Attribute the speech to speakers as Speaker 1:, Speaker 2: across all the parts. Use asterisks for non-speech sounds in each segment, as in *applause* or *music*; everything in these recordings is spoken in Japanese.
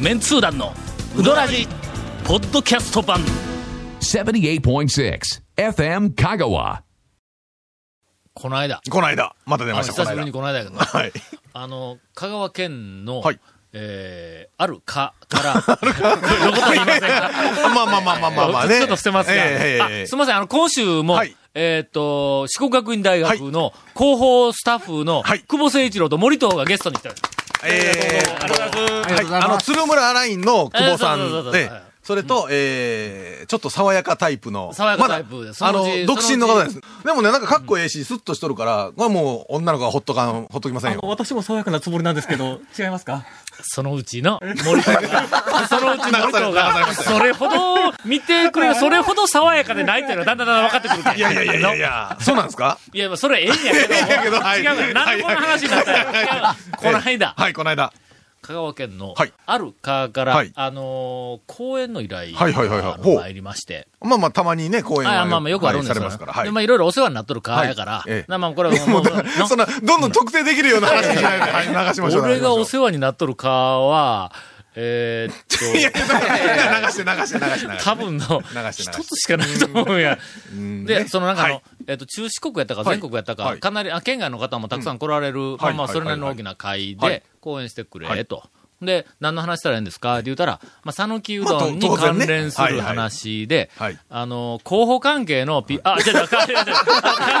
Speaker 1: メンツー団のウドラジポッドキャスト版
Speaker 2: 78.6 FM Kagawa.
Speaker 1: この間
Speaker 3: この間、また出
Speaker 1: あの
Speaker 3: ました、
Speaker 1: 久
Speaker 3: この
Speaker 1: しぶり
Speaker 3: 間
Speaker 1: に。この間やけど、
Speaker 3: はい。
Speaker 1: あの香川県の、
Speaker 3: はい
Speaker 1: えーあるか
Speaker 3: *laughs*
Speaker 1: からのことは言いませんが
Speaker 3: あまあまあま *laughs* あまあまあまあね。
Speaker 1: ちょっと捨てますが、
Speaker 3: ええええええ
Speaker 1: あすみません、あの、今週も、
Speaker 3: はい
Speaker 1: えっ、と、四国学院大学の広報スタッフの、
Speaker 3: はい
Speaker 1: 久保誠一郎と森藤がゲストに来てます。
Speaker 3: ええはいあの、鶴村アラインの久保
Speaker 1: ええそうそう
Speaker 3: さ
Speaker 1: んそうそう
Speaker 3: で、それと、ええ、ちょっと爽やかタイプの。
Speaker 1: 爽やかタイプ
Speaker 3: まだ
Speaker 1: そのう
Speaker 3: あの
Speaker 1: ち、
Speaker 3: 独身の
Speaker 1: そ
Speaker 3: 方
Speaker 1: のう
Speaker 3: で
Speaker 1: ち
Speaker 3: す。でもね、なんかかっこええし、スッとしとるから、これはもう女の子はほっとかん、ほっときませんよ。
Speaker 4: 私も爽やかなつもりなんですけど、違いますか
Speaker 1: そのうちの森藤
Speaker 3: *laughs*
Speaker 1: が、そのうちの森藤
Speaker 3: 流され
Speaker 1: が、
Speaker 3: ました
Speaker 1: それほど見てくれ、それほど爽やかでないっていうのがだんだんだんだん分かってくるから
Speaker 3: いやいやいやいやい
Speaker 1: いや
Speaker 3: や、そうなんですか
Speaker 1: いや、まあそれええんやけど、
Speaker 3: ええんやけどはい
Speaker 1: 違うから、なんでこの話になったんや
Speaker 3: はい
Speaker 1: 違うわ *laughs* この間、
Speaker 3: はい、この間。
Speaker 1: 香川県の
Speaker 3: はい、
Speaker 1: ある川から、
Speaker 3: はい
Speaker 1: あのー公演の依頼
Speaker 3: はいはいはいはい
Speaker 1: あの
Speaker 3: ほう
Speaker 1: 参りまして、
Speaker 3: まあまあ、たまにね、公演
Speaker 1: あ
Speaker 3: は。
Speaker 1: あまあまあよくあるんです
Speaker 3: はいされ
Speaker 1: よ、
Speaker 3: ますから。は
Speaker 1: で
Speaker 3: い
Speaker 1: ま。あいろいろお世話になっとるからやから、
Speaker 3: はいええ
Speaker 1: なまあこれはも
Speaker 3: *laughs* も
Speaker 1: う
Speaker 3: う
Speaker 1: もうな
Speaker 3: そんな、どんどん特定できるような話じゃないで、はい、流しましょう。
Speaker 1: 俺がお世
Speaker 3: 話。
Speaker 1: 話になっとるかは、えーっ
Speaker 3: いやい
Speaker 1: と、
Speaker 3: や、流して流して流して流して
Speaker 1: 多。分の
Speaker 3: 流して
Speaker 1: 一
Speaker 3: 流して
Speaker 1: つしかないと思うんや。
Speaker 3: うん
Speaker 1: で、そのなんかあの、
Speaker 3: はい
Speaker 1: えっと、中四国やったか
Speaker 3: はい
Speaker 1: 全国やったか、
Speaker 3: はい
Speaker 1: かなりあ、県外の方もたくさん来られる、まあまあ、
Speaker 3: はい
Speaker 1: それなりの大きな会
Speaker 3: はいは
Speaker 1: で
Speaker 3: い、
Speaker 1: 講演してくれ、
Speaker 3: はい
Speaker 1: と。で、何の話したらいいんですかって言うたら、まあ、讃岐う
Speaker 3: まあ
Speaker 1: ど
Speaker 3: と
Speaker 1: んに
Speaker 3: 当然
Speaker 1: 関
Speaker 3: ね
Speaker 1: 連する話で、
Speaker 3: はいはい
Speaker 1: あの、広報関係の、P、あ、じゃあ、か、じゃあ、あ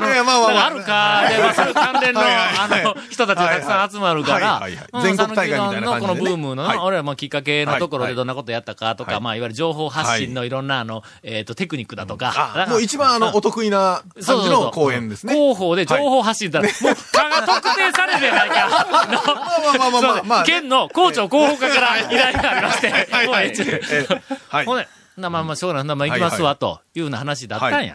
Speaker 1: の、
Speaker 3: *laughs* いやまあまあまあ
Speaker 1: なんかあるか、で、まあ、そういう関連の、
Speaker 3: はいはいはい
Speaker 1: あの、人たちがたくさん集まるから、
Speaker 3: はいはいはい
Speaker 1: うん
Speaker 3: 全国大会みたいな感じでね
Speaker 1: 讃岐うどんのこのブームの、
Speaker 3: はい
Speaker 1: 俺らもきっかけのところ
Speaker 3: は
Speaker 1: で
Speaker 3: い
Speaker 1: どんなことやったかとか、
Speaker 3: はい
Speaker 1: まあ、いわゆる情報発信のいろんな、あの、えっ、と、テクニックだとか、なんか
Speaker 3: あもう一番あの、お得意な
Speaker 1: そうそ
Speaker 3: 感
Speaker 1: う
Speaker 3: じ
Speaker 1: そう
Speaker 3: の公演ですね。
Speaker 1: 広報で情報発信だら、もう、蚊が特定されて
Speaker 3: *laughs*
Speaker 1: ないか。の
Speaker 3: まあまあまあまあまあ。
Speaker 1: 県の校長広報課から依頼がありまして、
Speaker 3: はい
Speaker 1: もう
Speaker 3: はい。
Speaker 1: ええっちゅう
Speaker 3: ええはい。
Speaker 1: ほんで、なまあまあ、しょうがないな、まあ行きますわ、というような話だったんや。
Speaker 3: はい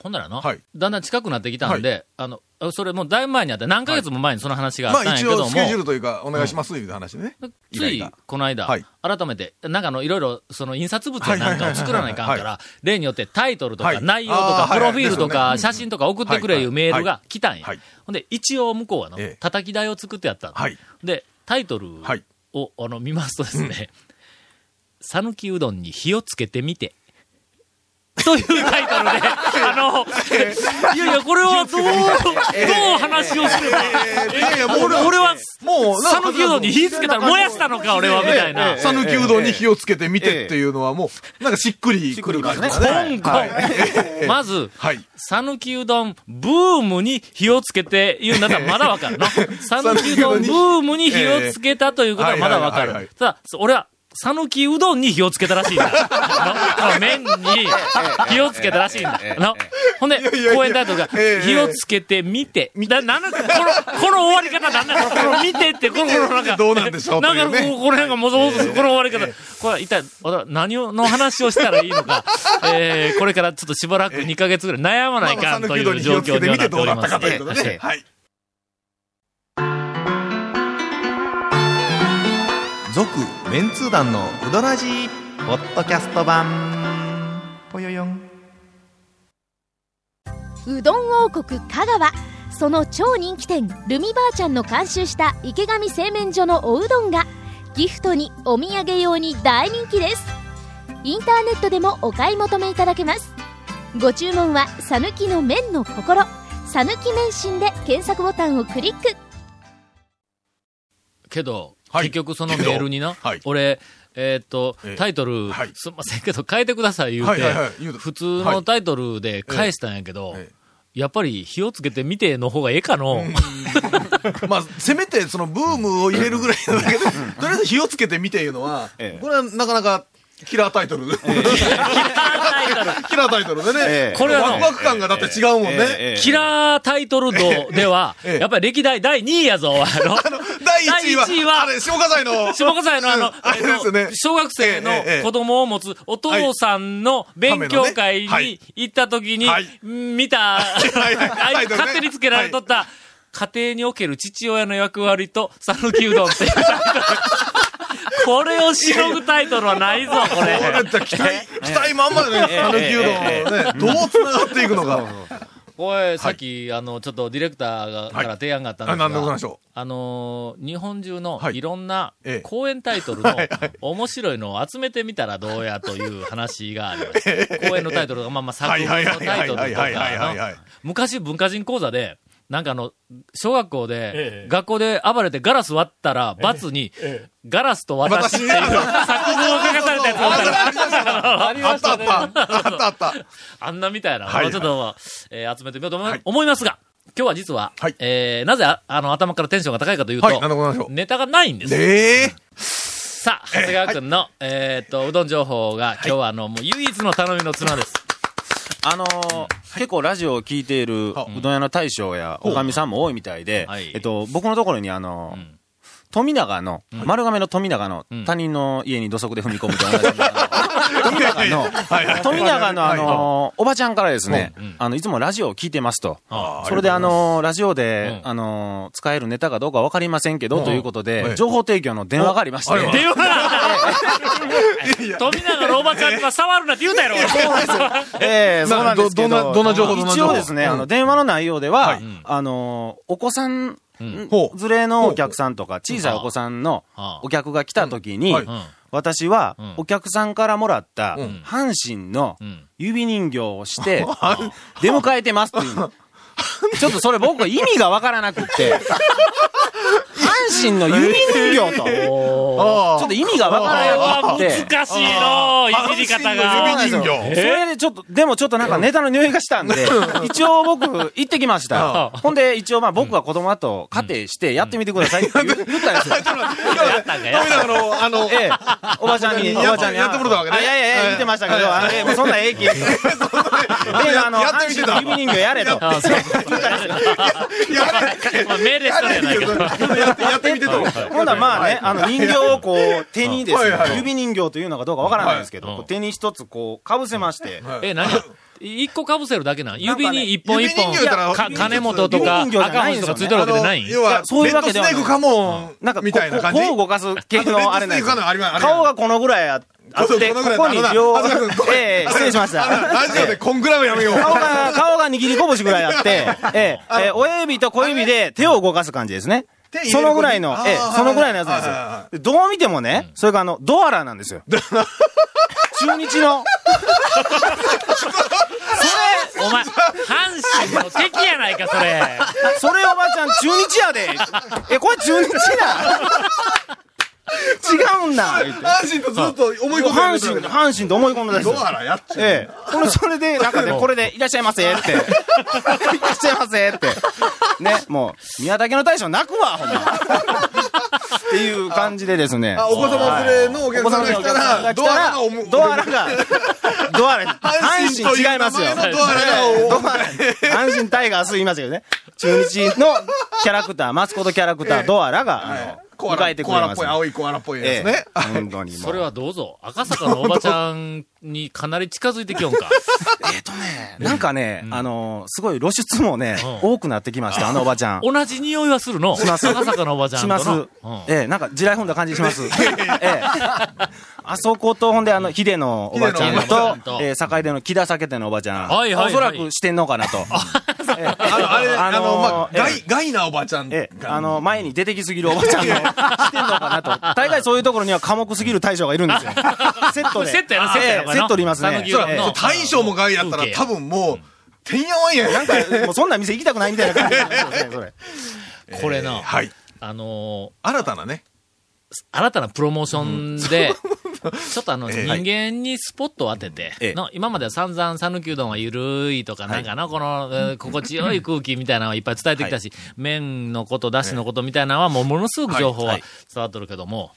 Speaker 1: ほんならの、
Speaker 3: はい
Speaker 1: だんだん近くなってきたんで、あの、それもうだいぶ前にあって、何ヶ月も前にその話があ
Speaker 3: ま
Speaker 1: ったんや
Speaker 3: あ
Speaker 1: け
Speaker 3: 一
Speaker 1: ども、
Speaker 3: 応スケジュールというか、お願いしますという話でね。依
Speaker 1: つ
Speaker 3: 頼
Speaker 1: い
Speaker 3: が
Speaker 1: この間、
Speaker 3: はい
Speaker 1: 改めて、なんかあの、いろいろ、その印刷物やなんかを作らないかんか
Speaker 3: はいはいはいは
Speaker 1: ら、例によってタイトルと
Speaker 3: は
Speaker 1: か、
Speaker 3: い
Speaker 1: 内容と
Speaker 3: あ
Speaker 1: か、
Speaker 3: ー
Speaker 1: プロフィールと
Speaker 3: はいは
Speaker 1: か、
Speaker 3: いですよね
Speaker 1: 写真とか送ってくれいうメールが来たんや
Speaker 3: はい。
Speaker 1: ほんで、一応向こうはの
Speaker 3: ええ、
Speaker 1: 叩き台を作ってやったの
Speaker 3: はい
Speaker 1: で、タイトル
Speaker 3: はい
Speaker 1: を、あの、見ますとですね、讃岐うどんに火をつけてみて。というタイトルで、
Speaker 3: *laughs*
Speaker 1: あの、いやいや、これはどう、どう話をすれば、
Speaker 3: いやいや、もう
Speaker 1: 俺俺は、
Speaker 3: もう、なんか
Speaker 1: 讃岐うどんに火つけたら燃やしたのか、俺は、みたいな。
Speaker 3: 讃岐うどんに火をつけてみてっていうのはもう、なんかしっくりくる感じですね。
Speaker 1: 今後、 *laughs* まず、
Speaker 3: はい。
Speaker 1: 讃岐うどんブームに火をつけて言うんだったらまだわかるの。
Speaker 3: *laughs*
Speaker 1: 讃岐うどんブームに火をつけたということはまだわか
Speaker 3: ええはいはいはいは
Speaker 1: る
Speaker 3: い。
Speaker 1: ただ、俺は、讃岐うどんに火をつけたらしいんだ。の麺に火をつけたらしいんだ。のほんで
Speaker 3: いや、いや
Speaker 1: 公演タイトルが
Speaker 3: え、え
Speaker 1: 火をつけてみて。だなんなんこの、この終わり方なんなのこの見てって、この、このなんか。
Speaker 3: どうなんでしょうと
Speaker 1: ないん
Speaker 3: う
Speaker 1: か
Speaker 3: ね
Speaker 1: こう、この辺がもぞもぞする、この終わり方。これは一体、俺は何をの話をしたらいいのか、 *laughs* えーこれからちょっとしばらく2ヶ月ぐらい悩まないかんという状況にはなっております
Speaker 3: まあまあ讃岐うどんに火をつけてみてどうだったかということ
Speaker 1: え
Speaker 3: で。
Speaker 1: え
Speaker 3: はい。
Speaker 5: 続メンツー団のウドラジーポッドキャスト版ぽよよん
Speaker 6: うどん王国香川その超人気店ルミばあちゃんの監修した池上製麺所のおうどんがギフトにお土産用に大人気ですインターネットでもお買い求めいただけますご注文は「さぬきの麺の心」「さぬき麺心」で検索ボタンをクリック
Speaker 1: けど、
Speaker 3: はい
Speaker 1: 結局そのメールにな、
Speaker 3: はい
Speaker 1: 俺、えーっと
Speaker 3: え、え
Speaker 1: タイトル、
Speaker 3: はい
Speaker 1: すんませんけど変えてください言う
Speaker 3: はい
Speaker 1: て、
Speaker 3: はいはい言うと
Speaker 1: 普通のタイトルで返したんやけど、
Speaker 3: え
Speaker 1: やっぱり火をつけてみての方がええかの、
Speaker 3: まあ、せめてそのブームを入れるぐらいのだけで、とりあえず火をつけてみていうのは、
Speaker 5: ええ
Speaker 3: これはなかなかキラータイトル。キラータイトルでね
Speaker 5: え。
Speaker 1: これはな
Speaker 3: ワクワク感がだって違うもんね。
Speaker 1: キラータイトル度では、
Speaker 3: ええ
Speaker 1: やっぱり歴代第2位やぞ、あの、
Speaker 3: 第1位は、
Speaker 1: 第一位は
Speaker 3: あれ、消火剤の。
Speaker 1: 下笠屋のあ
Speaker 3: う
Speaker 1: の
Speaker 3: ん、あれですよね
Speaker 1: えっと小学生の子供を持つお父さんの勉強会
Speaker 3: はいはい
Speaker 1: に行った時に
Speaker 3: はい、
Speaker 1: 見た、
Speaker 3: いはいはい
Speaker 1: あい勝手につけられとった、家庭における父親の役割と、讃岐うどん
Speaker 3: *laughs*
Speaker 1: っていうタイトル。これをしのぐタイトルはないぞ、これ。
Speaker 3: 期待、期待まんまでね、讃岐うどんをね、どう繋がっていくのか。
Speaker 1: これ、さっき、あの、ちょっとディレクターが、
Speaker 3: はい
Speaker 1: から提案があったんですが、
Speaker 3: あなんでございましょ
Speaker 1: あのー日本中の
Speaker 3: はい
Speaker 1: いろんな
Speaker 3: ええ
Speaker 1: 公演タイト
Speaker 3: *laughs*
Speaker 1: ルの面白いのを集めてみたらどうやという話があり
Speaker 3: *laughs*
Speaker 1: ました。公演のタイトルとか、まあまあ作
Speaker 3: はい
Speaker 1: 品の
Speaker 3: はいはい
Speaker 1: タ
Speaker 3: は
Speaker 1: イ
Speaker 3: い
Speaker 1: ト
Speaker 3: は
Speaker 1: ル
Speaker 3: い
Speaker 1: と
Speaker 3: はいはい
Speaker 1: か
Speaker 3: はい
Speaker 1: の
Speaker 3: はい、
Speaker 1: 昔文化人講座で、なんかあの、小学校で
Speaker 4: え、え
Speaker 1: 学校で暴れてガラス割ったら、罰に、ガラスと私っていう作文を書かされたやつがあったら
Speaker 4: あり
Speaker 3: あ
Speaker 4: ま
Speaker 3: っ
Speaker 4: した
Speaker 3: あ
Speaker 4: た
Speaker 3: っ
Speaker 4: ね。
Speaker 3: たあったあった
Speaker 1: あんなみたいなのを
Speaker 3: はい
Speaker 1: ちょっと、えー集めてみようと思,、
Speaker 3: はい
Speaker 1: 思いますが、今日は実は、
Speaker 3: はい
Speaker 1: えーなぜああの頭からテンションが高いかというと、
Speaker 3: はいなんでございましょう
Speaker 1: ネタがないんです。
Speaker 3: ええ
Speaker 1: さあ、長谷川君の、えーっと、うどん情報が、今日はあの、もう唯一の頼みの綱です。
Speaker 7: あのー結構ラジオを聞いているう
Speaker 3: は
Speaker 7: どん屋の大将やおかみさんも多いみたいで、
Speaker 1: はい
Speaker 7: えっと、僕のところにあの
Speaker 1: う
Speaker 7: ー
Speaker 1: ん
Speaker 7: 富永の、丸亀の富永の、
Speaker 1: うん
Speaker 7: 他人の家に土足で踏み込むと同じような富永の、
Speaker 3: はい
Speaker 7: 富永のあのーおばちゃんからですね、
Speaker 1: うん
Speaker 7: あの、いつもラジオを聞いてますと。
Speaker 1: あ
Speaker 7: それであのーラジオで、
Speaker 1: うん
Speaker 7: あのー使えるネタかどうかわかりませんけど、ということで、
Speaker 3: はい
Speaker 7: 情報提供の電話がありまして、
Speaker 1: あ電話が富永のおばちゃんが触るなって言うたやろ。
Speaker 3: *laughs*
Speaker 7: ええそうなんですけど。
Speaker 3: などどんなどんな情報どんな情報
Speaker 7: 一応ですね、
Speaker 3: うん
Speaker 7: あの、電話の内容では、
Speaker 3: はい
Speaker 7: あの、お子さん、
Speaker 1: ん
Speaker 3: ほう
Speaker 7: 連れのお客さんとか、小さいお子さんの
Speaker 1: はあ
Speaker 7: お客が来た時に、
Speaker 3: うんはい
Speaker 1: うん
Speaker 7: 私は
Speaker 1: うん、
Speaker 7: お客さんからもらった
Speaker 3: うん、
Speaker 7: 阪神の
Speaker 1: うん
Speaker 7: 指人形を
Speaker 3: *laughs*
Speaker 7: して、出迎えてますっていう。ちょっとそれ僕は意味がわからなく
Speaker 3: *laughs*
Speaker 7: って、阪神の指人形と、ちょ
Speaker 3: あ
Speaker 7: っと意味がわ
Speaker 1: こ
Speaker 7: か
Speaker 1: れ
Speaker 7: らな
Speaker 1: は
Speaker 7: くって。
Speaker 1: 難しいのいじり方
Speaker 3: あ
Speaker 1: が。
Speaker 3: 指人形
Speaker 7: そうなんですよそれでちょっと、でもちょっとなんかネタの匂いがしたんで、一応僕、行ってきました。ほんで、一応まあ僕は子供だと仮定して、やってみてくださいって言言ったんですよ。
Speaker 1: やったんかや
Speaker 3: 富永のあの
Speaker 7: ええ、おばちゃんに、おばちゃんに。
Speaker 3: やってもらったわけね
Speaker 7: あいやいやいや、見てましたけど、あのええもうそんなええき。ええ、あの、
Speaker 3: やってみてた
Speaker 7: 阪神の指人形やれと。
Speaker 1: あそうまあ命令したんじゃないか。
Speaker 3: やってやってみてと
Speaker 7: ほんならまあね、あの人形をこう、手にです
Speaker 3: はいはいは
Speaker 7: ね、
Speaker 3: い
Speaker 7: 指人形というのかどうかわからないんですけど、
Speaker 1: はい
Speaker 7: こう手に一つこう、かぶせまして、
Speaker 1: え、何や一個かぶせるだけなん指に一本
Speaker 3: 指
Speaker 1: 一本
Speaker 3: 人形やったら
Speaker 7: いや
Speaker 1: か、金本とか、
Speaker 7: 指人形じゃ
Speaker 1: 赤
Speaker 7: ないん
Speaker 1: 星
Speaker 7: で
Speaker 1: とかつ
Speaker 7: すよね
Speaker 1: いてるわけでない
Speaker 3: あの要は
Speaker 7: やそうい
Speaker 3: レ
Speaker 7: う
Speaker 3: ッ
Speaker 7: わ
Speaker 3: ド
Speaker 7: け
Speaker 3: ス
Speaker 7: で
Speaker 3: ネ
Speaker 7: はない
Speaker 3: ークカモン
Speaker 7: なんかこう、
Speaker 3: みたいな感じ
Speaker 7: こう動かす系のあれなん
Speaker 3: あのレッドスネー
Speaker 7: です
Speaker 3: クかのあれあれ
Speaker 7: 顔がこのぐらいああ
Speaker 3: そう
Speaker 7: って、
Speaker 3: こ
Speaker 7: こ
Speaker 3: のぐらい
Speaker 7: こに両
Speaker 3: あそうだご、めん
Speaker 7: ええ失礼しまし
Speaker 3: あの
Speaker 7: た。
Speaker 3: ラジオでこんぐらいはやめよう
Speaker 7: 顔が、顔が握り拳ぐらいあって、ええ、ええ親指と小指で手を動かす感じですね
Speaker 3: 手入れ。る
Speaker 7: そのぐらいの
Speaker 3: ここ、に
Speaker 7: ええ
Speaker 3: あー、
Speaker 7: そのぐらいのやつなん
Speaker 3: はいはいは
Speaker 7: ですよ。でどう見てもね、それがあの、ドアラなんで
Speaker 3: *laughs*
Speaker 7: すよ。中日の。そ
Speaker 1: お前、阪神の敵やないか、それ。
Speaker 7: れ、それおばちゃん中日やで。え、これ中日
Speaker 3: *laughs*
Speaker 7: な。違うんだ。言って
Speaker 3: 阪神とずっと思い込んで
Speaker 7: 阪神、阪神と思い込んだんですよ
Speaker 3: ドアラやっちゃう
Speaker 7: ええ。これ、それ
Speaker 3: *laughs*
Speaker 7: で、なんかね、これで、いらっしゃいませって。いらっしゃいませって。ね、もう、宮崎の大将泣くわ、ほんま。っていう感じでですね。
Speaker 3: あお子様連れのお
Speaker 7: お
Speaker 3: 客
Speaker 7: 子
Speaker 3: さんが
Speaker 7: 様のお
Speaker 3: 来た
Speaker 7: 客さ
Speaker 3: ら
Speaker 7: んが来
Speaker 3: ドアラ
Speaker 7: た
Speaker 3: が思う
Speaker 7: ら、ドアラが、ドアラ、阪神違いますよ。
Speaker 3: 阪神とう名前のドアラを
Speaker 7: ドアラ、阪神タイガース言いましたけどね。中日のキャラクター、マスコットキャラクター、ドアラが、あの
Speaker 3: コアラ
Speaker 7: 迎えてくれ
Speaker 3: コアラ
Speaker 7: ま
Speaker 3: っ
Speaker 7: す
Speaker 3: ぽい。青いコアラっぽいです
Speaker 7: え
Speaker 3: ね
Speaker 7: え本当にもう
Speaker 1: それはどうぞ。赤坂のおばちゃんにかなり近づいてきよんか。
Speaker 7: なんかね、あのーすごい露出もね、
Speaker 1: うん
Speaker 7: 多くなってきました、あのおばちゃん。
Speaker 1: 同じ匂いはするの。
Speaker 7: します
Speaker 1: 赤坂のおばちゃん
Speaker 7: し
Speaker 1: との。
Speaker 7: ます。
Speaker 1: うん
Speaker 7: ええ、なんか地雷踏んだ感じします。ええ。あそこと、ほんで、あの、ヒデのおばちゃ
Speaker 1: ヒデのおば
Speaker 7: ん
Speaker 1: ちゃんと
Speaker 7: と、ええ、坂出の木田酒店のおばちゃん。
Speaker 1: はいはいはい
Speaker 7: おそらくしてんのかなと。ええ
Speaker 3: あのあれあのまあ
Speaker 7: ーええ
Speaker 3: ガイガイなおばちゃん
Speaker 7: ええ、
Speaker 3: が
Speaker 7: あの、前に出てきすぎるおばちゃんの、してんのかなと。大概そういうところには寡黙すぎる大将がいるんですよ。セットで。
Speaker 1: セットやなセットやな
Speaker 7: え
Speaker 1: これな
Speaker 7: えセットいますね
Speaker 1: 讃。岐う
Speaker 7: え
Speaker 1: どんの
Speaker 7: え
Speaker 3: そう大将もガイやったら
Speaker 1: 風景や
Speaker 3: 多分もうてんやわんや
Speaker 7: なんか、もうそんな店行きたくないみたいな感じなんですよね、それ。
Speaker 1: これな、
Speaker 3: はい
Speaker 1: あの
Speaker 3: 新たなね
Speaker 1: ー新たなプロモーションで、ちょっとあの、
Speaker 3: ええ
Speaker 1: 人間にスポットを当てて、
Speaker 7: ええ
Speaker 1: の今までは散々讃岐うどんはゆるいとか、なんかな、この、えー心地よい空気みたいなのはいっぱい伝えてきたし、麺のこと、だしのことみたいなのは、もうものすごく情報は伝わっとるけども、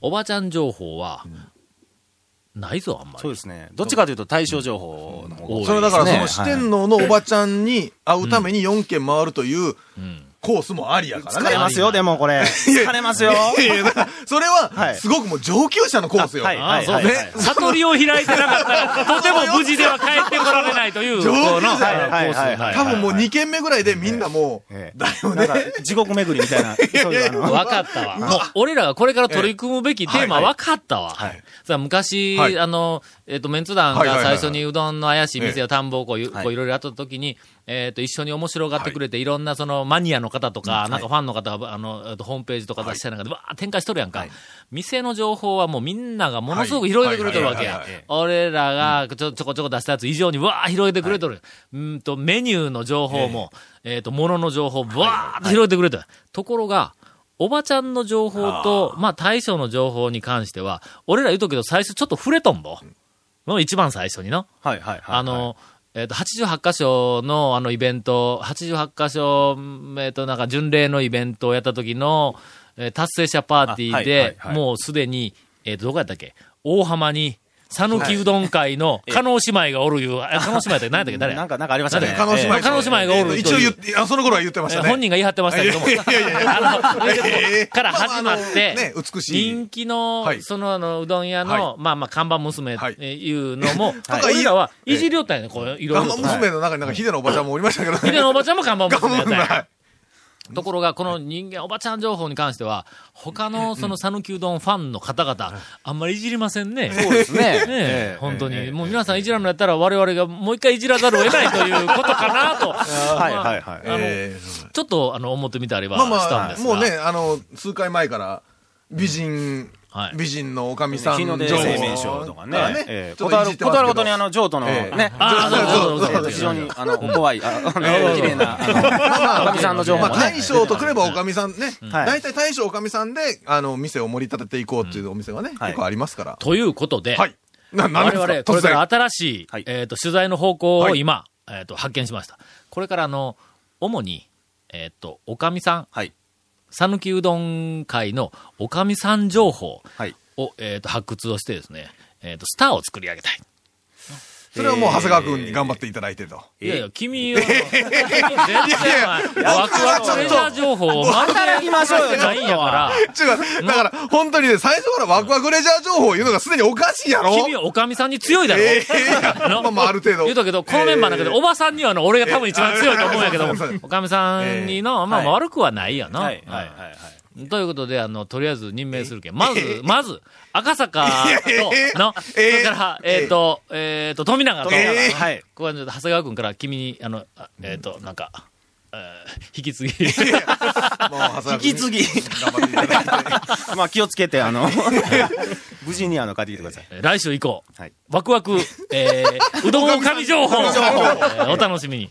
Speaker 1: おばちゃん情報は、ないぞ、あんまり。
Speaker 7: そうですね。どっちかというと対象情報の方が
Speaker 1: 多い
Speaker 3: それだからその
Speaker 7: です
Speaker 3: 四
Speaker 7: ね
Speaker 3: 天王のおばちゃんに会うために4軒回るという、
Speaker 1: うん
Speaker 3: コースもありやから
Speaker 7: 疲れ
Speaker 3: ね。
Speaker 7: ますよ、でもこれ。疲れ
Speaker 3: *laughs*
Speaker 7: ますよ。
Speaker 3: いやいやだからそれ
Speaker 7: は
Speaker 3: は、
Speaker 7: い
Speaker 3: すごくもう上級者のコースよ。
Speaker 7: はい
Speaker 1: ああ、そう
Speaker 7: はい
Speaker 1: で
Speaker 7: はい
Speaker 1: す。悟りを開いてなかったら、とても無事では帰ってこられないという。
Speaker 3: 上級者
Speaker 7: はいはいはいはい
Speaker 1: はい
Speaker 3: 多分もう2軒目ぐらいでみんなもう
Speaker 7: ええ、
Speaker 3: だよ
Speaker 7: なん
Speaker 3: ね
Speaker 7: か。地獄巡りみたいな。そういうあ
Speaker 1: *laughs*
Speaker 7: の
Speaker 1: わかったわ。もう、俺らがこれから取り組むべきテーマ
Speaker 3: はいはい
Speaker 1: わかったわ。
Speaker 3: はい
Speaker 1: さあ昔、
Speaker 3: はい
Speaker 1: あの、えっ、と、メンツ団が
Speaker 3: はいはいはいは
Speaker 1: 最
Speaker 3: い
Speaker 1: 初にうどんの怪しい店や田んぼをこう、い、
Speaker 7: はい
Speaker 1: こういろいろやった時に、えっ、と、一緒に面白がってくれて、い、ろんなそのマニアの方とか、なんかファンの方が、あの、えっとホームページとか雑誌やなんかで、わー展開しとるやんか、店の情報はもうみんながものすごく広げてくれとるわけや
Speaker 3: はいはいはいはい。
Speaker 1: 俺らがちょちょこちょこ出したやつ以上にわー広げてくれとる。うーんと、メニューの情報も、えっ、と、ものの情報、わーって広げてくれとる。ところが、おばちゃんの情報と、まあ大将の情報に関しては、俺ら言うとくけど最初ちょっと触れとんぼ。の一番最初にの。
Speaker 7: はいはいはい。
Speaker 1: あの、えっ、と、88箇所のあのイベント、88箇所、うんえっ、と、なんか巡礼のイベントをやった時の、えー達成者パーティーで、
Speaker 7: あはいはいはい
Speaker 1: もうすでに、えっ、と、どこやったっけ大浜に、讃岐うどん会の、加納姉妹がおるいう、え加納姉妹って何やったっけ誰
Speaker 7: なん
Speaker 1: や
Speaker 7: か、なんかありましたね。
Speaker 3: カノ姉妹。
Speaker 1: ええ叶姉妹がおる
Speaker 3: 一応言って、あその頃は言ってまし
Speaker 1: え
Speaker 3: たね。
Speaker 1: 本人が言い張ってましたけども。
Speaker 3: *laughs* いやいやいやいや
Speaker 1: あの、
Speaker 3: ええ
Speaker 1: から始まっ
Speaker 3: あのね
Speaker 1: て、
Speaker 3: 美しい
Speaker 1: 人気の
Speaker 3: は、い
Speaker 1: その、あの、うどん屋の、まあまあ、看板娘
Speaker 3: はい
Speaker 1: っていうのも、
Speaker 3: *laughs* は
Speaker 1: 俺
Speaker 3: い
Speaker 1: らはいじりょったんやね、こう、いろ
Speaker 3: 看
Speaker 1: いろ
Speaker 3: 板
Speaker 1: と。
Speaker 3: 娘の中になんかヒデのおばちゃんもおりましたけどね。
Speaker 1: ヒデのおばちゃんも看板
Speaker 3: 看
Speaker 1: 娘や
Speaker 3: 板
Speaker 1: ったん
Speaker 3: 娘。
Speaker 1: や
Speaker 3: はい
Speaker 1: ところが、この人間、おばちゃん情報に関しては、他のその讃岐うどんファンの方々、あんまりいじりませんね。そう *laughs* ですね。本当に。もう皆さんいじらんのやったら、我々がもう一回いじらざるを得ないということかなと。
Speaker 7: はいはいは
Speaker 1: あ
Speaker 7: い。
Speaker 1: の
Speaker 3: ええ
Speaker 1: ちょっと、あの、思ってみたりは
Speaker 3: まあ
Speaker 1: したん
Speaker 3: ま
Speaker 1: で
Speaker 3: あ、
Speaker 1: すが。
Speaker 3: もうね、あの、数回前から、美人
Speaker 1: はい、
Speaker 3: 美人のおかみさん
Speaker 7: 日
Speaker 3: 情
Speaker 7: の
Speaker 3: 報
Speaker 7: 出製麺賞とかね
Speaker 3: から。
Speaker 7: ええ
Speaker 3: ちょっ
Speaker 7: 断
Speaker 3: といじ
Speaker 7: る、
Speaker 3: ってます
Speaker 7: 断
Speaker 3: け
Speaker 7: る
Speaker 3: ど
Speaker 7: ごとにあの、譲渡の
Speaker 3: ええ
Speaker 7: ね、
Speaker 1: ああそうそうそうそう
Speaker 7: 非常に、あの、怖い、ああの、綺麗な、あの、おかみさんの情報
Speaker 3: ま
Speaker 7: も
Speaker 3: あ、
Speaker 7: ね
Speaker 3: 大。将とくればおかみさんね、
Speaker 7: はい
Speaker 3: 大体大将おかみさんで、あの、店を盛り立てていこうっていうお店がね、
Speaker 7: はい
Speaker 3: 結構ありますから。
Speaker 1: ということで、
Speaker 3: はい。な、なん
Speaker 1: 我
Speaker 3: ですか
Speaker 1: 々、これから
Speaker 3: 突
Speaker 1: 新しい、
Speaker 7: はい
Speaker 1: えっ、と、取材の方向を今、えっ、と、発見しました。これから、あの、主に、えっ、と、おかみさん、
Speaker 7: はい。
Speaker 1: 讃岐うどん会のおかみさん情報
Speaker 7: はい。
Speaker 1: を、えっ、と、発掘をしてですね、えっ、と、スターを作り上げたい。
Speaker 3: それはもう長谷川君に頑張っていただいてと。
Speaker 1: いやいや、君は、君全然、お前ワクワクレジャー情報をまた
Speaker 7: 働きましょうよ、
Speaker 1: ないんやから、
Speaker 3: 違う、だから、本当にね、最初からワクワクレジャー情報を言うのがすでにおかしいやろ
Speaker 1: 君はおかみさんに強いだろ。
Speaker 3: ええいや
Speaker 1: の
Speaker 3: まあまあ、ある程度。
Speaker 1: 言うとけど、このメンバーの中で、おばさんにはの、俺が多分一番強いと思うんやけども
Speaker 3: ええ、
Speaker 1: おかみさんにの、まあまあ悪くはないよな。
Speaker 7: はい。はい。は
Speaker 1: う
Speaker 7: い。
Speaker 1: んということで、あの、とりあえず任命するけん。まず、まず、赤坂と、の、そ
Speaker 3: ええ
Speaker 1: れから、えっと、えっと、富永と、こ
Speaker 3: ええ
Speaker 7: はい。
Speaker 1: こはちょっと長谷川君から君に、あの、あえっと、なんか、えー引き継ぎ。
Speaker 3: もう長谷川君
Speaker 7: 引き継ぎ。
Speaker 3: 頑張っていただいて。
Speaker 7: まあ、気をつけて、あの、無事に、あの、帰ってきてください。
Speaker 1: 来週以降、
Speaker 7: はい
Speaker 1: ワクワ
Speaker 3: *laughs*
Speaker 1: ク、えー、うどんおかみ情報、え
Speaker 3: おかみ情報
Speaker 1: *laughs* ーお楽しみに。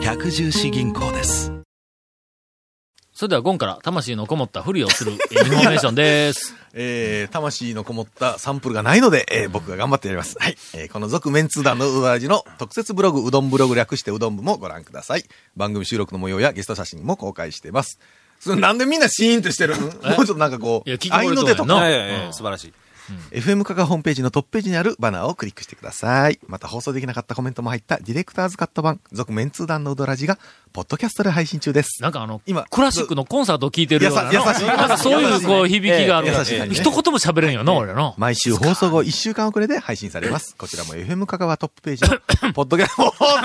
Speaker 8: 百十四銀行です
Speaker 1: それでは、ゴンから魂のこもったふりを
Speaker 3: *laughs*
Speaker 1: する、インフォメーションです。
Speaker 3: えー、魂のこもったサンプルがないので、えー僕が頑張ってやります。はい。えーこの続メンツー団のうどらじの特設ブログ、うどんブログ略してうどん部もご覧ください。番組収録の模様やゲスト写真も公開しています。それなんでみんなシーンとしてるんもうちょっとなんかこ
Speaker 1: いや聞き
Speaker 3: う、
Speaker 1: 惚れ
Speaker 3: 愛の手
Speaker 1: と
Speaker 3: と
Speaker 1: るやんな
Speaker 3: か、
Speaker 1: あ
Speaker 7: いやいやいや素晴らしい。
Speaker 3: FM カカホームページのトップページにあるバナーをクリックしてください。また放送できなかったコメントも入ったディレクターズカット版、続メンツー団のうどらじが、ポッドキャストで配信中です。
Speaker 1: なんかあの、
Speaker 3: 今
Speaker 1: クラシックのコンサートを聴いてるようなの、
Speaker 3: やさ優しい
Speaker 1: なんかそういう、こう、響きがある
Speaker 3: ええ優しい感じ
Speaker 1: 一
Speaker 3: ね
Speaker 1: 言も喋れんよな、俺らの。
Speaker 3: 毎週放送後1週間遅れで配信されます。こちらも FM 香川トップページ
Speaker 1: *coughs*
Speaker 3: のポッドキャスト、おっさん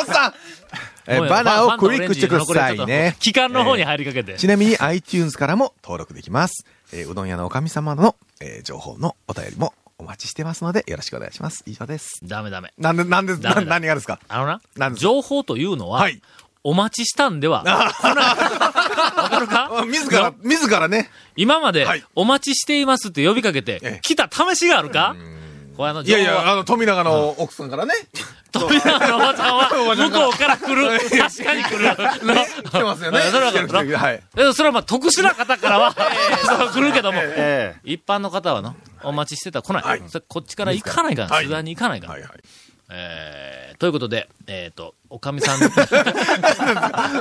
Speaker 3: おっさんえ
Speaker 1: もう
Speaker 3: バナー
Speaker 1: ファ
Speaker 3: を
Speaker 1: ンと
Speaker 3: クリックしてくださ
Speaker 1: オレンジの残り
Speaker 3: い
Speaker 1: ちょっ
Speaker 3: ね
Speaker 1: と。期間の方に入りかけて。
Speaker 3: ちなみに iTunes からも登録できます。えーうどん屋のおかみ様の、えー情報のお便りもお待ちしてますのでよろしくお願いします。以上です。
Speaker 1: ダメダメ。
Speaker 3: なんで、なんで、
Speaker 1: ダメ
Speaker 3: な
Speaker 1: だ
Speaker 3: 何がですか
Speaker 1: あのな、
Speaker 3: なんですか
Speaker 1: 情報というのは、
Speaker 3: はい
Speaker 1: お待ちしたんでは、わかる
Speaker 3: あ
Speaker 1: か
Speaker 3: *laughs* 自ら、自らね。
Speaker 1: 今まで
Speaker 3: はい、
Speaker 1: お待ちしていますって呼びかけて、
Speaker 3: ええ
Speaker 1: 来た試しがあるかこれあの
Speaker 3: いやい
Speaker 1: 情報は
Speaker 3: や、あの、富永の奥さんからね。
Speaker 1: 富田のおばちゃんは、向こうから来
Speaker 3: *laughs*
Speaker 1: る。確かに来る。 *laughs* の。
Speaker 3: 来てますよね
Speaker 1: それは
Speaker 3: 来てる来てるはい。
Speaker 1: えそれはまあ特殊な方からは、そう来るけども、
Speaker 7: え
Speaker 1: 一般の方はの、お待ちしてたら来ない。それこっちから行かないから、
Speaker 3: はい
Speaker 1: 取材に行かないから。 *laughs*
Speaker 3: はいはい。
Speaker 1: えー、ということで、えっ、と、おかみ
Speaker 7: *laughs*
Speaker 1: さん、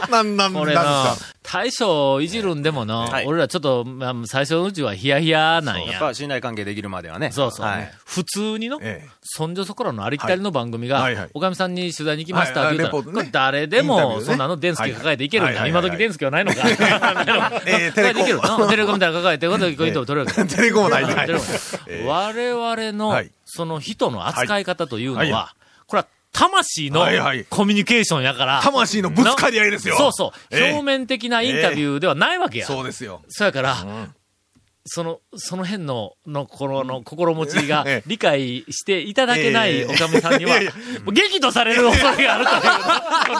Speaker 3: なんなん
Speaker 1: こ
Speaker 3: なん
Speaker 1: れ
Speaker 3: で
Speaker 1: な
Speaker 3: すか。、
Speaker 1: 大将をいじるんでもな、
Speaker 7: はい
Speaker 1: 俺らちょっと、まあ、最初のうちはヒヤヒヤなん
Speaker 7: えやっ
Speaker 1: や。
Speaker 7: ぱ信頼関係できるまではね。
Speaker 1: そうそう、
Speaker 7: はい。
Speaker 1: 普通にの、
Speaker 3: ええ
Speaker 1: そんじょそこらのありきたりの番組が、
Speaker 3: はいはいはい
Speaker 1: おかみさんに取材に行きました
Speaker 3: は
Speaker 1: っ
Speaker 3: い
Speaker 1: て言うたら、
Speaker 3: レポートね
Speaker 1: これ誰で
Speaker 3: インタビュー
Speaker 1: も、
Speaker 3: ね
Speaker 1: そんなの電子機抱えていけるんだ、
Speaker 3: はいはい
Speaker 1: 今
Speaker 3: はい
Speaker 1: 時電子機はないのか。
Speaker 3: *laughs*
Speaker 1: *laughs*
Speaker 3: えー
Speaker 1: そ
Speaker 3: テ
Speaker 1: れ
Speaker 3: レ
Speaker 1: できるの
Speaker 3: コ
Speaker 1: テレコみたいなの抱えて、こうやってこういう人も取れるわけ。
Speaker 3: *laughs* テレコもな
Speaker 1: *laughs*
Speaker 3: い。
Speaker 1: テレコ
Speaker 3: ええ
Speaker 1: 我々の、
Speaker 3: はい
Speaker 1: その人の扱い方というのは、
Speaker 3: はいは
Speaker 1: これは魂の
Speaker 3: はいはい
Speaker 1: コミュニケーションやから、
Speaker 3: 魂のぶつかり合いですよ。
Speaker 1: そうそう、
Speaker 3: ええ
Speaker 1: 表面的なインタビューではないわけや。
Speaker 3: そうですよ。
Speaker 1: そうやから、
Speaker 3: ん
Speaker 1: その、その辺の、の、この、の、心持ちが
Speaker 3: ええ
Speaker 1: 理解していただけない
Speaker 3: ええ
Speaker 1: おかみさんには、
Speaker 3: いやいや
Speaker 1: もう激怒される恐れがあるという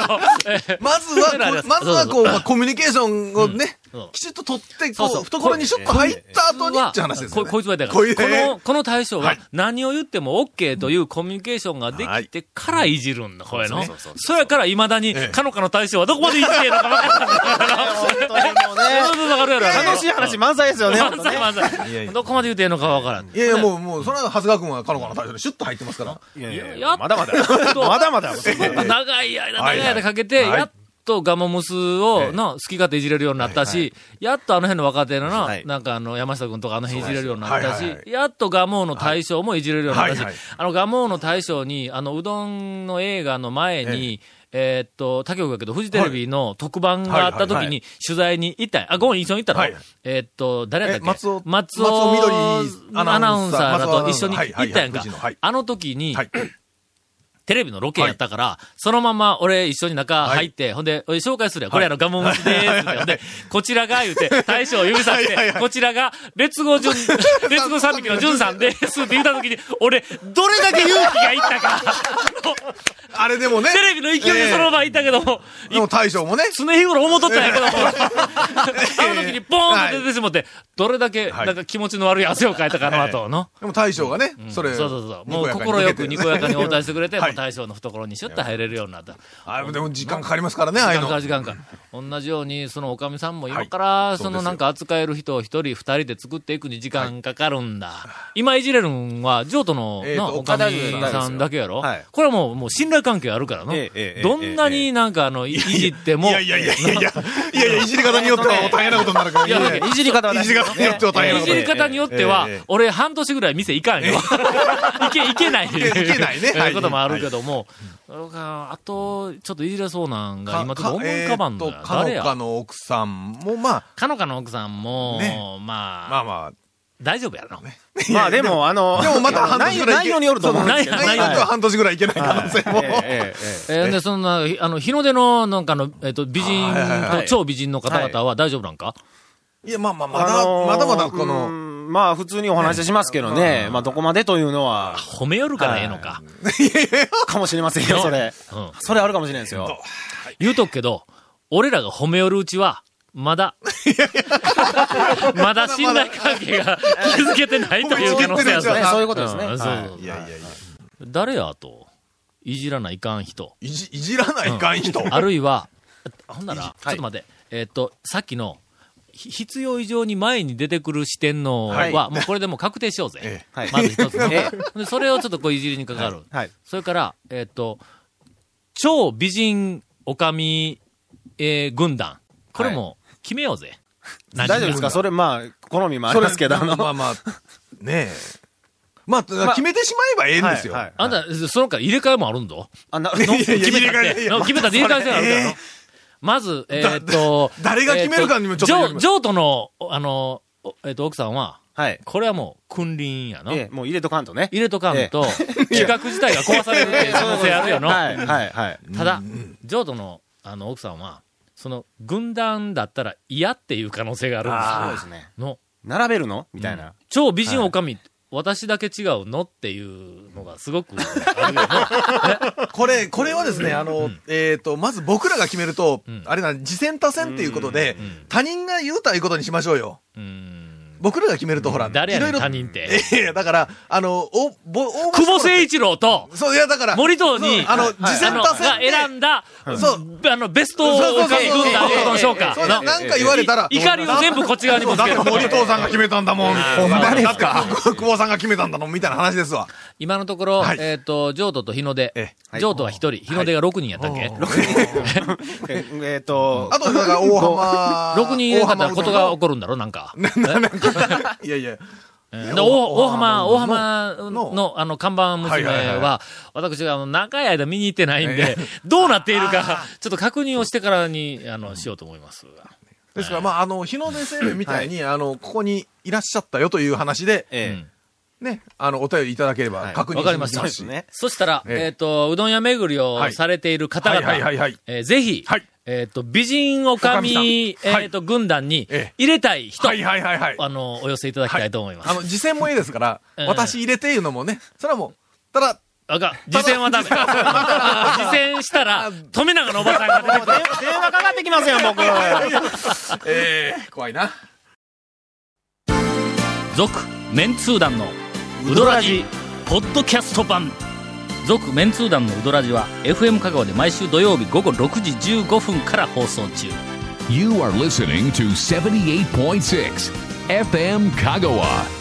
Speaker 1: この、ええ
Speaker 3: まず
Speaker 1: そうなんで
Speaker 3: は、
Speaker 1: す
Speaker 3: まずはこ
Speaker 1: そうそう
Speaker 3: う、まあコミュニケーションをね
Speaker 1: うんうん、
Speaker 3: きちっと取って、
Speaker 1: そう
Speaker 3: こ
Speaker 1: そう
Speaker 3: う、懐にシュッと入った後にって話です
Speaker 1: こ
Speaker 3: よね。
Speaker 1: こいつはだか
Speaker 3: こ
Speaker 1: ら、
Speaker 3: い
Speaker 1: この、この対象
Speaker 3: は
Speaker 1: はい何を言っても OK というコミュニケーションができてからいじるんだ、これの。そやから未だに、
Speaker 3: ええ
Speaker 1: かのかの対象はどこまでいじっていいの
Speaker 3: *laughs*
Speaker 1: か分からない。 *laughs* そうそうわかるやろ
Speaker 7: 楽しい話満載ですよね。
Speaker 1: 漫才漫
Speaker 3: いや
Speaker 1: 才。
Speaker 3: いや
Speaker 1: どこまで言うていいのか分からん。
Speaker 3: いやいや、もう、もう、それは長谷川君はかのかの対象でシュッと入ってますから。
Speaker 7: いやいやい
Speaker 1: やっ
Speaker 7: や、まだまだ。
Speaker 1: と
Speaker 7: まだまだ。
Speaker 1: すごく長い間、長
Speaker 3: はいい
Speaker 1: 間かけて、
Speaker 3: はい
Speaker 1: やっとガモムスを、
Speaker 3: ええ
Speaker 1: の好き勝手いじれるようになったし、やっとあの辺の若手のな、
Speaker 7: はい
Speaker 1: なんかあの山下君とかあの辺いじれるようになったし、
Speaker 3: そうですはいはいは
Speaker 1: やっとガモーの大将もいじれるようになったし、
Speaker 3: はいはい
Speaker 1: あのガモーの大将に、あのうどんの映画の前に、えーっと、他局だけど、フジテレビの特番があった
Speaker 3: はい
Speaker 1: 時
Speaker 3: はいは
Speaker 1: に取材に行ったんやあ、ゴーン一緒に行ったの、
Speaker 3: はい
Speaker 1: えーっと、誰やったっけ
Speaker 3: え松尾
Speaker 1: 松
Speaker 3: 松尾緑
Speaker 1: 尾ア
Speaker 3: ア
Speaker 1: ナ
Speaker 3: ナ
Speaker 1: ウ
Speaker 3: ウ
Speaker 1: ン
Speaker 3: ン
Speaker 1: サ
Speaker 3: サ
Speaker 1: ー
Speaker 3: ー
Speaker 1: らと一緒に
Speaker 3: 松尾アナウンサーはいはい
Speaker 1: 行ったやんか
Speaker 3: はい富士のはい。
Speaker 1: あの時に、
Speaker 3: はい。
Speaker 1: テレビのロケやったから、そのまま俺一緒に中入って、ほんで、おい紹介するよ。これあの、ガモムシでーすって。ほんで、こちらが言うて、大将を指さして、こちらが、列語 *laughs* 順、列語三匹の順さんですって言った時に、俺、どれだけ勇気がいった *laughs* か。あの
Speaker 3: あれでもね
Speaker 1: *laughs* テ、レビの勢いでそのままいったけども、い
Speaker 3: でも大将もね、
Speaker 1: 常日頃思っとったんやけども、 *laughs* あの時にポーンと出てしまって、どれだけ、なんか気持ちの悪い汗をかいたかなと、の。
Speaker 3: でも大将がね、それ、
Speaker 1: そうそうそう。もう心よくにこやかに応対してくれて、もう大将の懐にシュッと入れるようになった。
Speaker 3: *laughs* あでも時間かかりますからね、ああい
Speaker 1: 時間
Speaker 3: う
Speaker 1: か
Speaker 3: の。
Speaker 1: 時間か。同じように、そのおかみさんも今か
Speaker 3: は
Speaker 1: ら、
Speaker 3: い
Speaker 1: そ
Speaker 3: そうで
Speaker 1: の
Speaker 3: すよ
Speaker 1: なんか扱える人を一人二人で作っていくに時間かかるんだ。今いじれるんは、譲渡の
Speaker 3: えーと
Speaker 1: なお
Speaker 3: お
Speaker 1: か
Speaker 3: か
Speaker 1: み
Speaker 3: み
Speaker 1: さんだけやろ
Speaker 7: はい
Speaker 1: これはもう、もう信頼関係あるからの
Speaker 7: えええええ。え
Speaker 1: どんなになんかあの、いいじっても。
Speaker 3: いやいやいやいやいや、いやいや、いじり方によって
Speaker 1: *laughs*
Speaker 3: は大変なことになるから、
Speaker 1: いやいや
Speaker 3: い
Speaker 7: いじり方はね
Speaker 3: じり方によっては大変ないこ
Speaker 1: じ
Speaker 3: と
Speaker 1: り方によっては
Speaker 3: ええええ、
Speaker 1: 俺半年ぐらい店行かんよ。 *laughs* 行け、行けない。
Speaker 3: け *laughs* 行けない
Speaker 1: *laughs*
Speaker 3: ねはい
Speaker 1: いうこともあるけども、そうかあと、ちょっといじれそうなんが、今ちょっと思い浮かばんの
Speaker 3: えー
Speaker 1: よ
Speaker 3: と
Speaker 1: 誰
Speaker 3: かのか
Speaker 1: や。
Speaker 3: の奥さんも、まあ、
Speaker 1: かのかの奥さんも
Speaker 3: ね、まあ
Speaker 1: まあ、
Speaker 3: ま
Speaker 1: 大丈夫やろ。
Speaker 7: まあでも、あの、
Speaker 3: あ。でもまた半
Speaker 7: 内
Speaker 3: 年ぐらい。
Speaker 7: 内容によると思うんで
Speaker 1: *laughs*
Speaker 7: すけど。
Speaker 1: 内容
Speaker 3: 内容とは半年ぐらいいけない可能性
Speaker 1: *laughs*
Speaker 3: も。
Speaker 7: えええ
Speaker 1: えーで、そんな、あの、日の出の、なんかあの、えっと、美人
Speaker 3: はいはい
Speaker 1: と超美人の方々は大丈夫なんか
Speaker 3: いや、まあまあ、ま
Speaker 7: えあ
Speaker 3: だ、
Speaker 7: のー
Speaker 3: まだまだこ
Speaker 7: う
Speaker 3: の、
Speaker 7: んまあ普通にお話ししますけどね。まあどこまでというのは、
Speaker 1: 褒めよるからええのか。
Speaker 7: かもしれませんよ、それ。
Speaker 1: うん。
Speaker 7: それあるかもしれないですよ。
Speaker 1: 言うとくけど、俺らが褒め寄るうちは、ま
Speaker 3: *laughs*
Speaker 1: だ、まだ信頼関係が築けてないという可能性やぞ
Speaker 3: 褒めちぎってるうちは
Speaker 7: ねそういうことですね
Speaker 1: んそうそうそう
Speaker 3: いやいやいや、
Speaker 1: 誰やあと、いじらないかん人。
Speaker 3: いじ、いじらないかん人。
Speaker 1: *laughs* あるいは、ほんなら、ちょ
Speaker 7: い
Speaker 1: っと待って、えっと、さっきの、ひ必要以上に前に出てくる四天王は、
Speaker 7: はい
Speaker 1: もうこれでもう確定しようぜ
Speaker 3: え。
Speaker 7: はい
Speaker 1: まず一つね、
Speaker 7: え
Speaker 1: でそれをちょっとこういじりにかかる。
Speaker 7: はい。
Speaker 1: それから、えっ、と、超美人おかみ、えー軍団。これも決めようぜ。何
Speaker 7: 大
Speaker 1: が
Speaker 7: 丈夫ですかそれまあ、好みもありますけど、あの。
Speaker 3: まあまあ、ねえ。まあ、決めてしまえばええんですよ。
Speaker 7: はいはい
Speaker 1: あんた、その他入れ替えもあるんだ。
Speaker 7: あな、
Speaker 3: いやいや
Speaker 1: 決めたっ
Speaker 3: 入れ替
Speaker 1: て。
Speaker 3: えいや
Speaker 1: の決めたって入れ替えせなあるからの
Speaker 3: えー
Speaker 1: まず、えーっと。
Speaker 3: 誰が決めるかにもちょっと
Speaker 1: えー
Speaker 3: よ
Speaker 1: ジョー
Speaker 3: ります
Speaker 1: ジョートの、おあの、おえーっと、奥さんは、
Speaker 7: はい。
Speaker 1: これはもう、君臨やの。
Speaker 7: ええ、もう入れとかんとね。
Speaker 1: 入れとかんと、 *laughs* 企画自体が壊されるっていう可能性あるやの。
Speaker 7: はい、はい、はい。
Speaker 1: ただ、ジョートの、あの、奥さんは、その、軍団だったら嫌っていう可能性があるんですよ。
Speaker 7: そうですね。
Speaker 1: の、
Speaker 7: 並べるのみたいな。
Speaker 1: 超美人おかみ、私だけ違うのっていうのがす
Speaker 3: *laughs*
Speaker 1: ごくあるよね。
Speaker 3: これ、これはですね、あの、えっと、まず僕らが決めると、あれな、次戦多戦っていうことで、他人が言うたいうことにしましょうよ。
Speaker 1: うーん
Speaker 3: 僕らが決めるとほら、
Speaker 1: 誰やねん
Speaker 3: いろいろ
Speaker 1: 他人って。
Speaker 3: いやいや、だから、あの、お、ぼ、応募
Speaker 1: 久保誠
Speaker 3: い
Speaker 1: 一郎と、
Speaker 3: そう、いや、だから、
Speaker 1: 森藤に、
Speaker 3: そうあの、
Speaker 1: はい
Speaker 3: 次戦
Speaker 1: あの
Speaker 3: 打線
Speaker 1: が
Speaker 3: で
Speaker 1: 選んだ、
Speaker 3: そう。
Speaker 1: あの、ベスト
Speaker 3: そ
Speaker 1: を
Speaker 3: うそうそう
Speaker 1: かけ軍団のことの評価。
Speaker 3: そう
Speaker 1: な
Speaker 3: だなんか言われたら、
Speaker 1: 怒りを全部こっち側にぶつ
Speaker 3: だっ
Speaker 1: け
Speaker 3: て
Speaker 1: る。
Speaker 3: 森藤さんが決めたんだもん。ほんまですか久保さんが決めたんだもん、みたいな話ですわ。
Speaker 1: 今のところ、
Speaker 3: はい
Speaker 1: えっ、と、譲渡と日の出
Speaker 3: ええ。
Speaker 1: 譲渡は一人、日の出が六人やったっけ、
Speaker 7: ええっと、
Speaker 3: あと、だから、大浜。
Speaker 1: 六人入れなかったらことが
Speaker 3: 大浜うどん
Speaker 1: 起こるんだろなんか。
Speaker 3: の。 *laughs* いやいや。
Speaker 1: で大大浜、大浜
Speaker 3: の
Speaker 1: の、あの、看板娘
Speaker 3: はいはいはいは
Speaker 1: は、私が、あの、長い間見に行ってないんで、どうなっているか、ちょっと確認をしてからに、あの、しようと思います。
Speaker 3: ですから、まあ、あの、日の出生命みたいに、あの、ここにいらっしゃったよという話で、
Speaker 7: え
Speaker 3: ね、あの、お便りいただければ確認
Speaker 1: わかりました
Speaker 3: でき
Speaker 7: え。ね。
Speaker 1: そしたら、
Speaker 3: ええ
Speaker 1: えっ、と、うどん屋巡りをされている方々、
Speaker 3: はいはいはいはいはい
Speaker 1: えーぜひ、
Speaker 3: はい
Speaker 1: えっ、と、美人おかみ、
Speaker 3: 女将さん
Speaker 1: えっ、
Speaker 3: はい
Speaker 1: と、軍団に
Speaker 3: ええ
Speaker 1: 入れたい人、
Speaker 3: はいはいはいはい。
Speaker 1: あの、お寄せいただきたいと思います。
Speaker 3: あの、次戦もいいですから、
Speaker 1: うん
Speaker 3: 私入れていうのもね、それはもう、ただ、
Speaker 1: あかん、自戦はダメ。 *laughs* 自戦したら、富永のおばさんが出
Speaker 3: *laughs*
Speaker 1: てくる。
Speaker 7: 電話かかってきますよ、僕。
Speaker 3: えー、怖いな。
Speaker 1: 続、メンツー団の、ウドラジ、ポッドキャスト版。続、メンツー団のウドラジは、FM 香川で毎週土曜日午後6時15分から放送中。
Speaker 2: You are listening to 78.6 FM Kagawa.